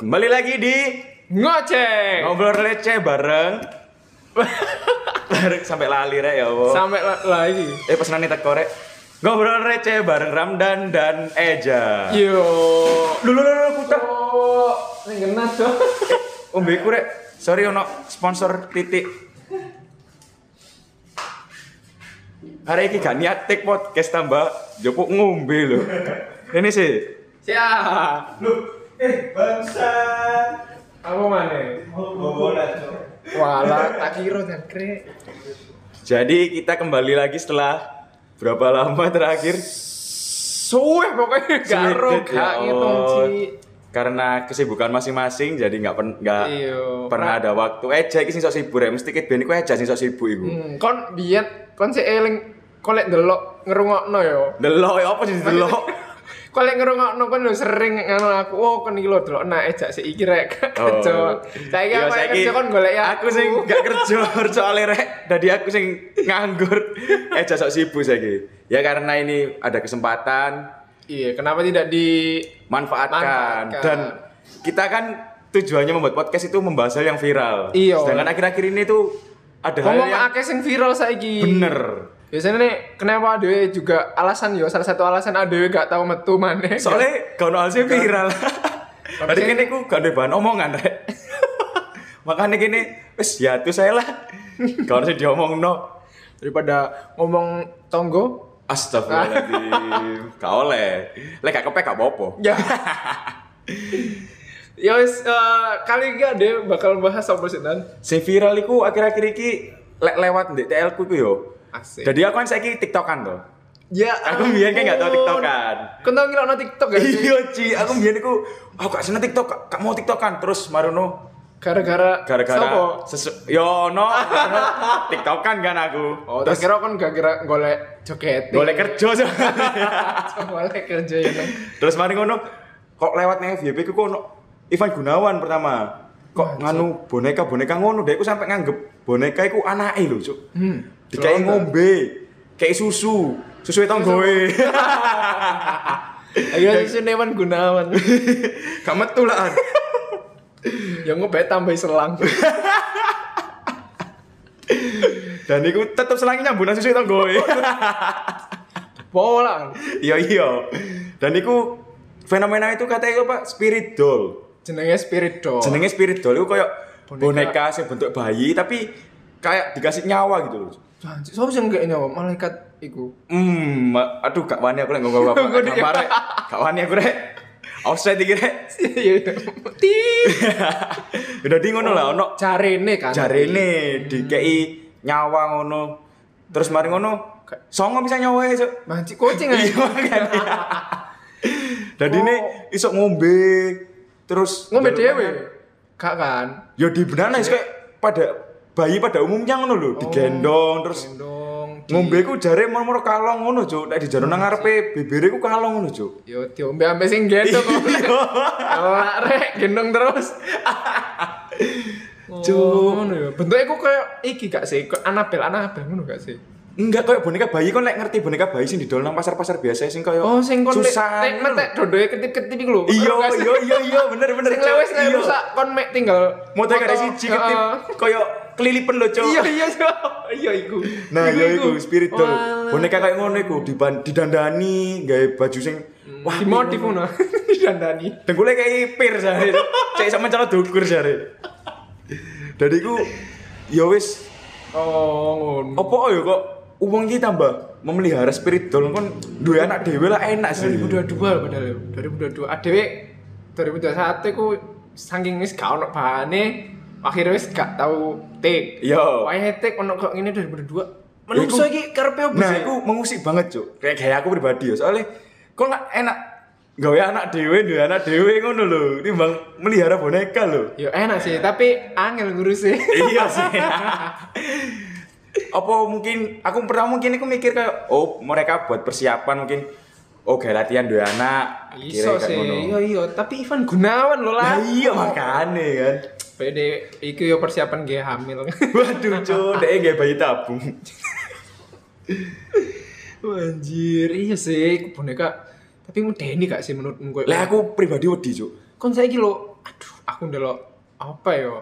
Kembali lagi di Ngoceh. ngobrol receh bareng bareng sampai lali rek ya Allah. Sampai la- lagi. Eh pesanan nih korek. Ngobrol receh bareng Ramdan dan Eja. Yo. Lulu lulu kutak. Oh, ning kena dong. Ombeku rek. Sorry ono sponsor titik. Hari ini gak niat take podcast tambah jopuk ngombe loh. Ini sih. Siap. Lu, eh bangsa. Apa mana? Oh, bola, Cok. Wala tak kira dan kre. Jadi kita kembali lagi setelah berapa lama terakhir? Suwe pokoknya gak ro Sulit, gak ya ngitung Allah. Ci. Karena kesibukan masing-masing jadi nggak pen, nggak Iya. pernah ada waktu. Eja iki sing sok sibuk rek, mesti kit ben iku Eja sing sok sibuk iku. Hmm, kon biyen kon sik eling kon lek ndelok ngrungokno yo. Delok ya apa sih delok? Kon lek ngrungokno kon lho sering ngano aku oh kon iki lho delok nek ejak sik iki rek. Kerja. Saiki Oh. Iya, apa yang saiki kerja kon golek ya. Aku sing gak kerja soalnya rek. Tadi aku sing nganggur. Eja sok sibuk saiki. Ya karena ini ada kesempatan Iya, kenapa tidak di manfaatkan. Manfaatkan. dan kita kan tujuannya membuat podcast itu membahas hal yang viral. Iya. Sedangkan akhir-akhir ini tuh ada hal ngomong yang akeh sing viral saiki. bener. Biasanya nih kenapa Adewe juga alasan yo salah satu alasan Adewe gak tahu metu mana. Soalnya gak ono hal sih viral. Tadi kene ku gak ada bahan omongan rek. Makanya gini, wes ya tuh saya lah. Gak harus diomong no. daripada ngomong tonggo. Astagfirullahaladzim, gak oleh. Lek gak kepek gak apa-apa. Ya. ya wis eh, kali ini Adewe bakal bahas apa sih dan Sing viral iku akhir-akhir iki lek lewat ndek TL ku iku yo. asik. Jadi aku kan saiki TikTokan to. ya Aku biyen kan gak tau ampun. TikTokan. Kau tau ngilokno TikTok gak sih? Iya, Ci, aku biyen iku aku gak seneng TikTok, gak- gak mau TikTokan terus marono Gara-gara sopo? gara-gara sesu yo no no, tiktokan kan aku Oh, tak terus kira kan gak kira golek joget. boleh kerja so. golek kerja ya. Neng. terus mari ngono kok lewat nih FYP ku kono Ivan Gunawan pertama kok Hmm, nganu boneka boneka ngono deh aku sampai nganggep boneka iku anake lho cuk Hmm. dikai ngombe kayak susu susu tonggoe Ayo susun Ewan Gunawan. gak metu lah An. ya ngobek tambah selang. dan iku tetep selangi nyambung nang susu tonggoe Bolang. iya iya dan iku fenomena itu katanya apa spirit doll Jenenge Spirit Dog. jenenge spirit doll itu kayak Boneka. boneka, sing bentuk bayi tapi kayak dikasih nyawa gitu loh. Janji, sapa sing gak nyawa malaikat iku? Hmm, ma- aduh gak wani aku lek ngomong apa Ngomong gambar. rek. Gak wani aku rek. Offset iki rek. Iya. Ti. Dadi ngono lah ono Jarene kan. jarene dikei nyawa ngono. Terus mari ngono songo bisa nyawa ya, Cuk. Manci kucing aja. Iya kan. Dadi ne iso ngombe terus Oh. Ngombe jalur dhewe. mangan. Gak kan. Ya di benar kayak pada bayi pada umumnya ngono lho, Oh. digendong terus gendong. di- ngombe ku jare moro-moro kalong ngono cuk nek dijaro nang ngarepe bibire ku kalong ngono cuk Yo diombe ampe sing gendong kok. Elak rek gendong terus. Oh, Cuk. Ngono ya. Bentuke ku koyo iki gak sih? Kayak Anabel, Anabel ngono gak sih? enggak kayak boneka bayi kon lek ngerti boneka bayi sing didol nang pasar-pasar biasa sing kaya Oh, sing kon mek susah mek ngono lho. metek dodoe ketip-ketip iku lho. iya Gak sih? iya iya iya bener bener Sing Cuk. lewes nek Iya. rusak kon mek tinggal motor gak ada foto. siji ketip Heeh. kaya kelilipen lho cuk iya iya iya iya iku nah ya iku spirit doll Walah. boneka kayak ngono iku diban- didandani gawe baju sing Hmm. wah dimodif ngono didandani dengkulnya kayak pir jare cek sama cara dukur jare dari iku ya wis oh ngono Apa ya kok uang iki tambah memelihara spirit doll kon duwe anak dhewe lah enak sih. 2022 lah padahal ya. 2022 adewe 2021 ku saking wis gak ono bahane akhirnya wis gak tau take Yo. wae take ono kok ngene Ya, 2022 iku- menungso iki karepe opo Nah, sih? iku mengusik banget, Cuk. Kayak gaya aku pribadi ya. Soalnya kon lah enak gawe anak dhewe, duwe anak dhewe ngono lho. Timbang melihara boneka lho. yo enak sih tapi angel ngurusi iya sih. Apa mungkin aku pernah mungkin aku mikir kayak oh mereka buat persiapan mungkin oh kayak latihan duwe anak. iso Kira-kira sih ngono. iya iya tapi Ivan Gunawan lho Lah lah iya makane kan. pede iku yo persiapan ge hamil Waduh, Cuk, dek gak bayi tabung. Anjir, iya sih, boneka. Tapi medeni gak sih menurutmu koyo? Lah aku pribadi wedi, Cuk. kon saiki lho, aduh, aku ndelok apa yo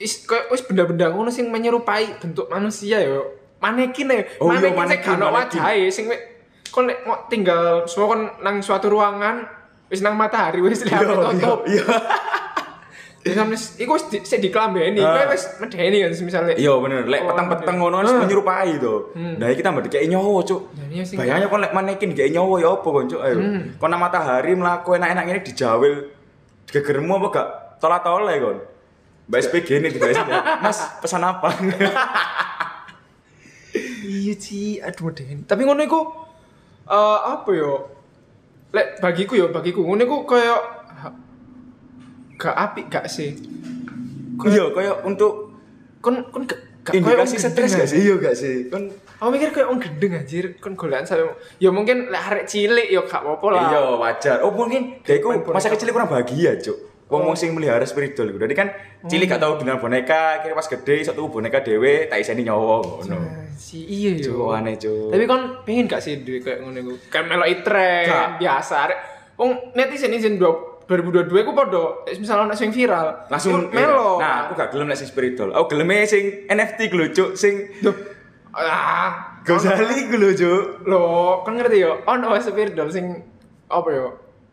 is kayak wis benda-benda ngono sing menyerupai bentuk manusia yo manekin ya Oh, iya, manekin sing manekin, gak ono manekin. wajahe sing wek kon lek mau tinggal semua kon nang suatu ruangan wis nang matahari wis lihat tutup iya. Terus wis iku wis di, sik diklambeni Ah. kowe wis medeni kan misalnya Iya bener, lek Oh, peteng-peteng iya. ngono wis Ah. menyerupai to. Nah iki tambah dikeki nyawa, Cuk. Nah, iya sih. Bayangnya kon lek manekin dikeki nyawa ya apa kon, Cuk? Ayo. Hmm. Kon nang matahari mlaku enak-enak ngene dijawil. Gegermu apa gak? Tola-tole kon. Mbak SPG ini dibayar ya. Mas, pesan apa? iya sih aduh medeni tapi ngono iku eh apa yo lek bagiku yo bagiku ngono iku koyo ha- gak apik gak sih Iya, koyo untuk kon kon gak gak koyo indikasi wong stres gendeng gak sih? Iya gak sih? Kon Aku mikir kayak orang gendeng anjir, kan golekan sampe ya mungkin lek arek cilik ya gak apa-apa lah. Iya wajar. Oh mungkin deku Main masa boneka. Oh. kecil kurang bahagia cuk. Wong wong sing melihara spiritual gitu. Jadi kan cilik Hmm. gak tau dengan boneka, kira pas gede iso tuku boneka dhewe tak iseni nyawa ngono. Ah, Si iya yo. Cuk, aneh, Cuk. Tapi kon pengen gak sih duwe kayak ngono iku? Kayak meloki Gak. tren biasa arek. Wong netizen izin dua- 2022 ku podo misalnya ana sing viral Langsung iku melo. Nah, aku gak gelem nek sing spiritual. Aku geleme sing NFT ku lho cuk, sing Duh. Ah, Gozali ku lho cuk. Loh, kan ngerti yo, ono spiritual sing apa yo?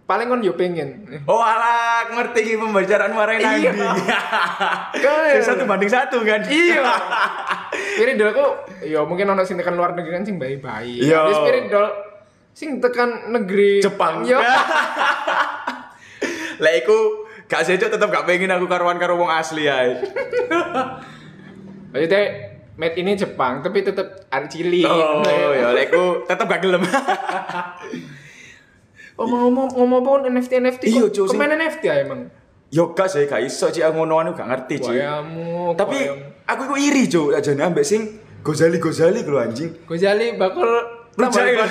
Paling kon yo pengen. Oh ala, aku ngerti iki pembicaraan Marai Iya. Nandi. Kan. Sing satu banding satu kan? Iya. Spirit doll ku ya mungkin ono sing tekan luar negeri kan sing bayi-bayi. Iya. Tapi spirit doll sing tekan negeri Jepang. Yo. Lah iku gak sih cuk tetep gak pengen aku karuan karo wong asli ya. ae. Maksudnya made ini Jepang tapi tetep arek cilik. Oh, ya lek ku tetep gak gelem. Omong-omong ngomong pun NFT NFT. Iya, Cuk, sing- Kemain NFT ya emang. Yo gak sih gak iso cik aku ngono anu gak ngerti cik. Wayamu. Tapi aku iku iri cuk ajane ambek sing Gozali Gozali ku lho anjing. Gozali bakul Rujak ya?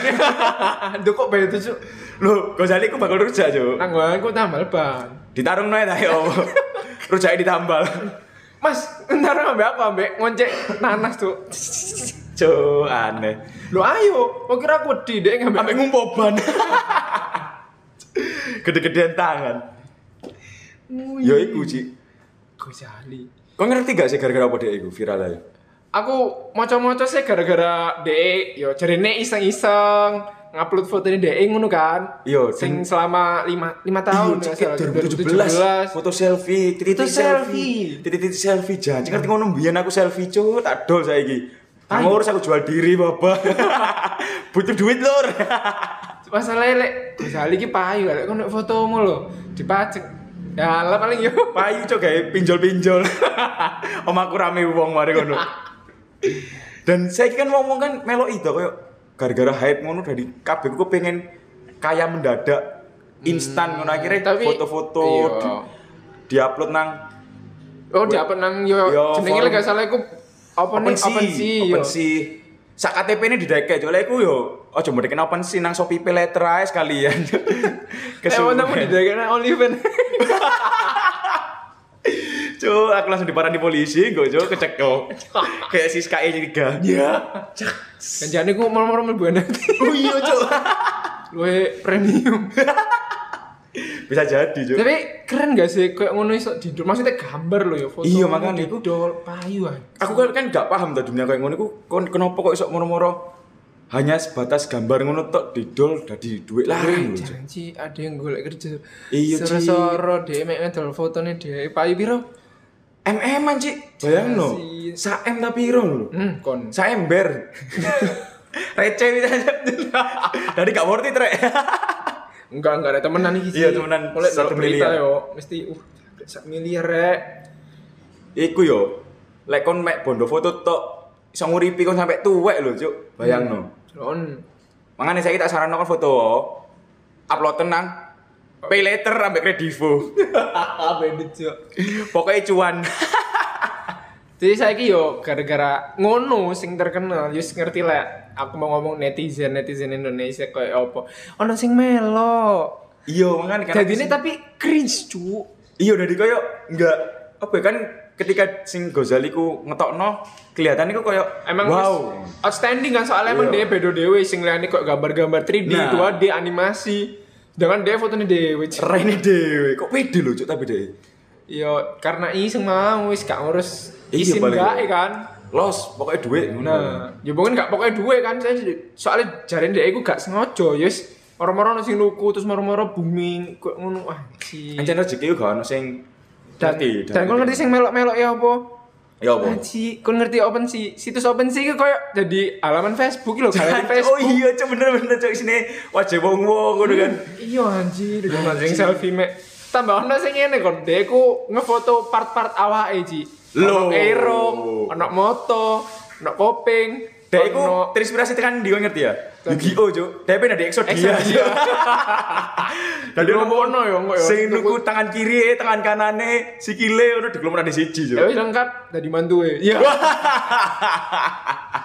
Duh kok bayi tuh Cuk? Lho, Gozali ku bakal rujak cuk. Nang gua aku tambal ban. Ditarungno ae ta yo. Rujake ditambal. Mas, ntar ambek apa? Ambek ngoncek nanas tuh. Cuk, aneh. Lo ayo, kok kira aku wedi dek ngambil Ambek ngumpo ban. Gede-gedean tangan. Yo iku cik. Gozali. Kau ngerti gak sih gara-gara apa dia iku viral ae? Aku moco-moco sih gara-gara DE, yo jarene iseng-iseng ngupload foto ini DE ngono kan. Iya, sing selama 5 5 tahun Iya, nggak cek, salah, 2017 foto selfie titik Foto selfie. selfie titik selfie jangan ngerti ngono mbiyen aku selfie cu tak dol saiki ngurus aku jual diri bapak butuh duit lor Masalahnya lek Gozali ki payu lek kono fotomu lho dipajek. Ya lah paling yo. payu cok gawe pinjol-pinjol om aku rame wong mari ngono dan saya kan ngomong kan melo itu koyo gara-gara hype ngono dari kabeh ku pengen kaya mendadak instan ngono akhirnya Hmm, tapi- foto-foto iya. di- diupload nang Oh, dia apa nang yo Yo, jenenge lek forum. gak salah iku apa nih open sih open sih. Sak KTP ini didekek, cok. Lek iku yo aja mendeken open sih nang Shopee letter ae sekalian. Kesuwen nang di Kesuwen. dagangan OnlyFans. Cuk, aku langsung diparani polisi, gue cuk kecekel. Kayak sis KE tiga. Ya. Kenjane ku mau-mau mlebu nanti. Oh iya, cuk. Luwe premium. Bisa jadi, cuk. Tapi keren gak sih kayak ngono iso didol. Maksudnya gambar lo ya foto. Iya, makanya. didol payu ah. aja. Aku kan kan gak paham tuh dunia kayak ngono iku kon kenapa kok iso moro-moro hanya sebatas gambar ngono tok didol dadi duit lah. Wih, janji ada yang golek kerja. Iya, Ci. Soro-soro dhek mek ngedol fotone dhek payu piro? MM an, Cik. Bayangno. Jelasin. Sak M tapi ro lho. Hmm, kon. saya ember receh bisa dari gak worth it rek Enggak, enggak ada temenan iki. Ci. Iya, temenan. Golek Satu satu miliar miliar. yo, mesti uh sak miliar rek. iku yo lek kon mek bondo foto tok iso nguripi kon sampe tuwek lho cuk bayangno Kon. mangane saiki tak saranno kon foto wo. upload tenang pay later ambek kredivo Ah, Apa itu? pokoknya cuan Jadi saiki yo gara-gara ngono sing terkenal, yo ngerti lah. Aku mau ngomong netizen netizen Indonesia kayak apa? Ono sing melo. iya mangane kan Jadi ini tapi cringe cu. iya dari koyo enggak apa ya, kan ketika sing Gozali ku ngetokno kelihatannya ku koyo Emang wow wis outstanding kan soalnya emang Iya. dia bedo dewe sing liyane kok gambar-gambar 3D, Nah. 2D animasi. Sedangkan dia fotonya dhewe. Cuk. Raine dhewe. Kok pede lho cuk tapi dhewe. Yo karena iseng mau wis gak ngurus Iya, isin paling. gak kan. Los, pokoknya duit ngono. Nah, ya bukan gak pokoknya duwe kan saya jadi- soalnya jaren dia iku gak sengaja yes. Moro-moro nasi nuku terus moro-moro booming kok ngono ah ci. Anjen rezeki yo gak ono sing Dan dan kau ngerti sing melok-melok ya apa? Ya apa? Ah, ci, kau ngerti open sih situs open sih koyo jadi halaman Facebook lho galeri Oh Facebook. iya cuk bener-bener cuk sini wajah wong-wong ngono kan. Iya anjir, gue anjing selfie mek. Tambah ono sing ngene kon, deku ngefoto part-part awake Ji. Loh. Ono erong, ono moto, ono koping, Dek iku ono terinspirasi tekan ndi kok ngerti ya? Yu-Gi-Oh cuk. Dek pengen di Exodia. Exodia. Dan dia ngomong Dikelompokno ya, engko ya. Sing nuku tangan kiri, tangan kanane, Iya. sikile ngono dikelompokno di siji ya cuk. wis lengkap dadi mantu e. Iya.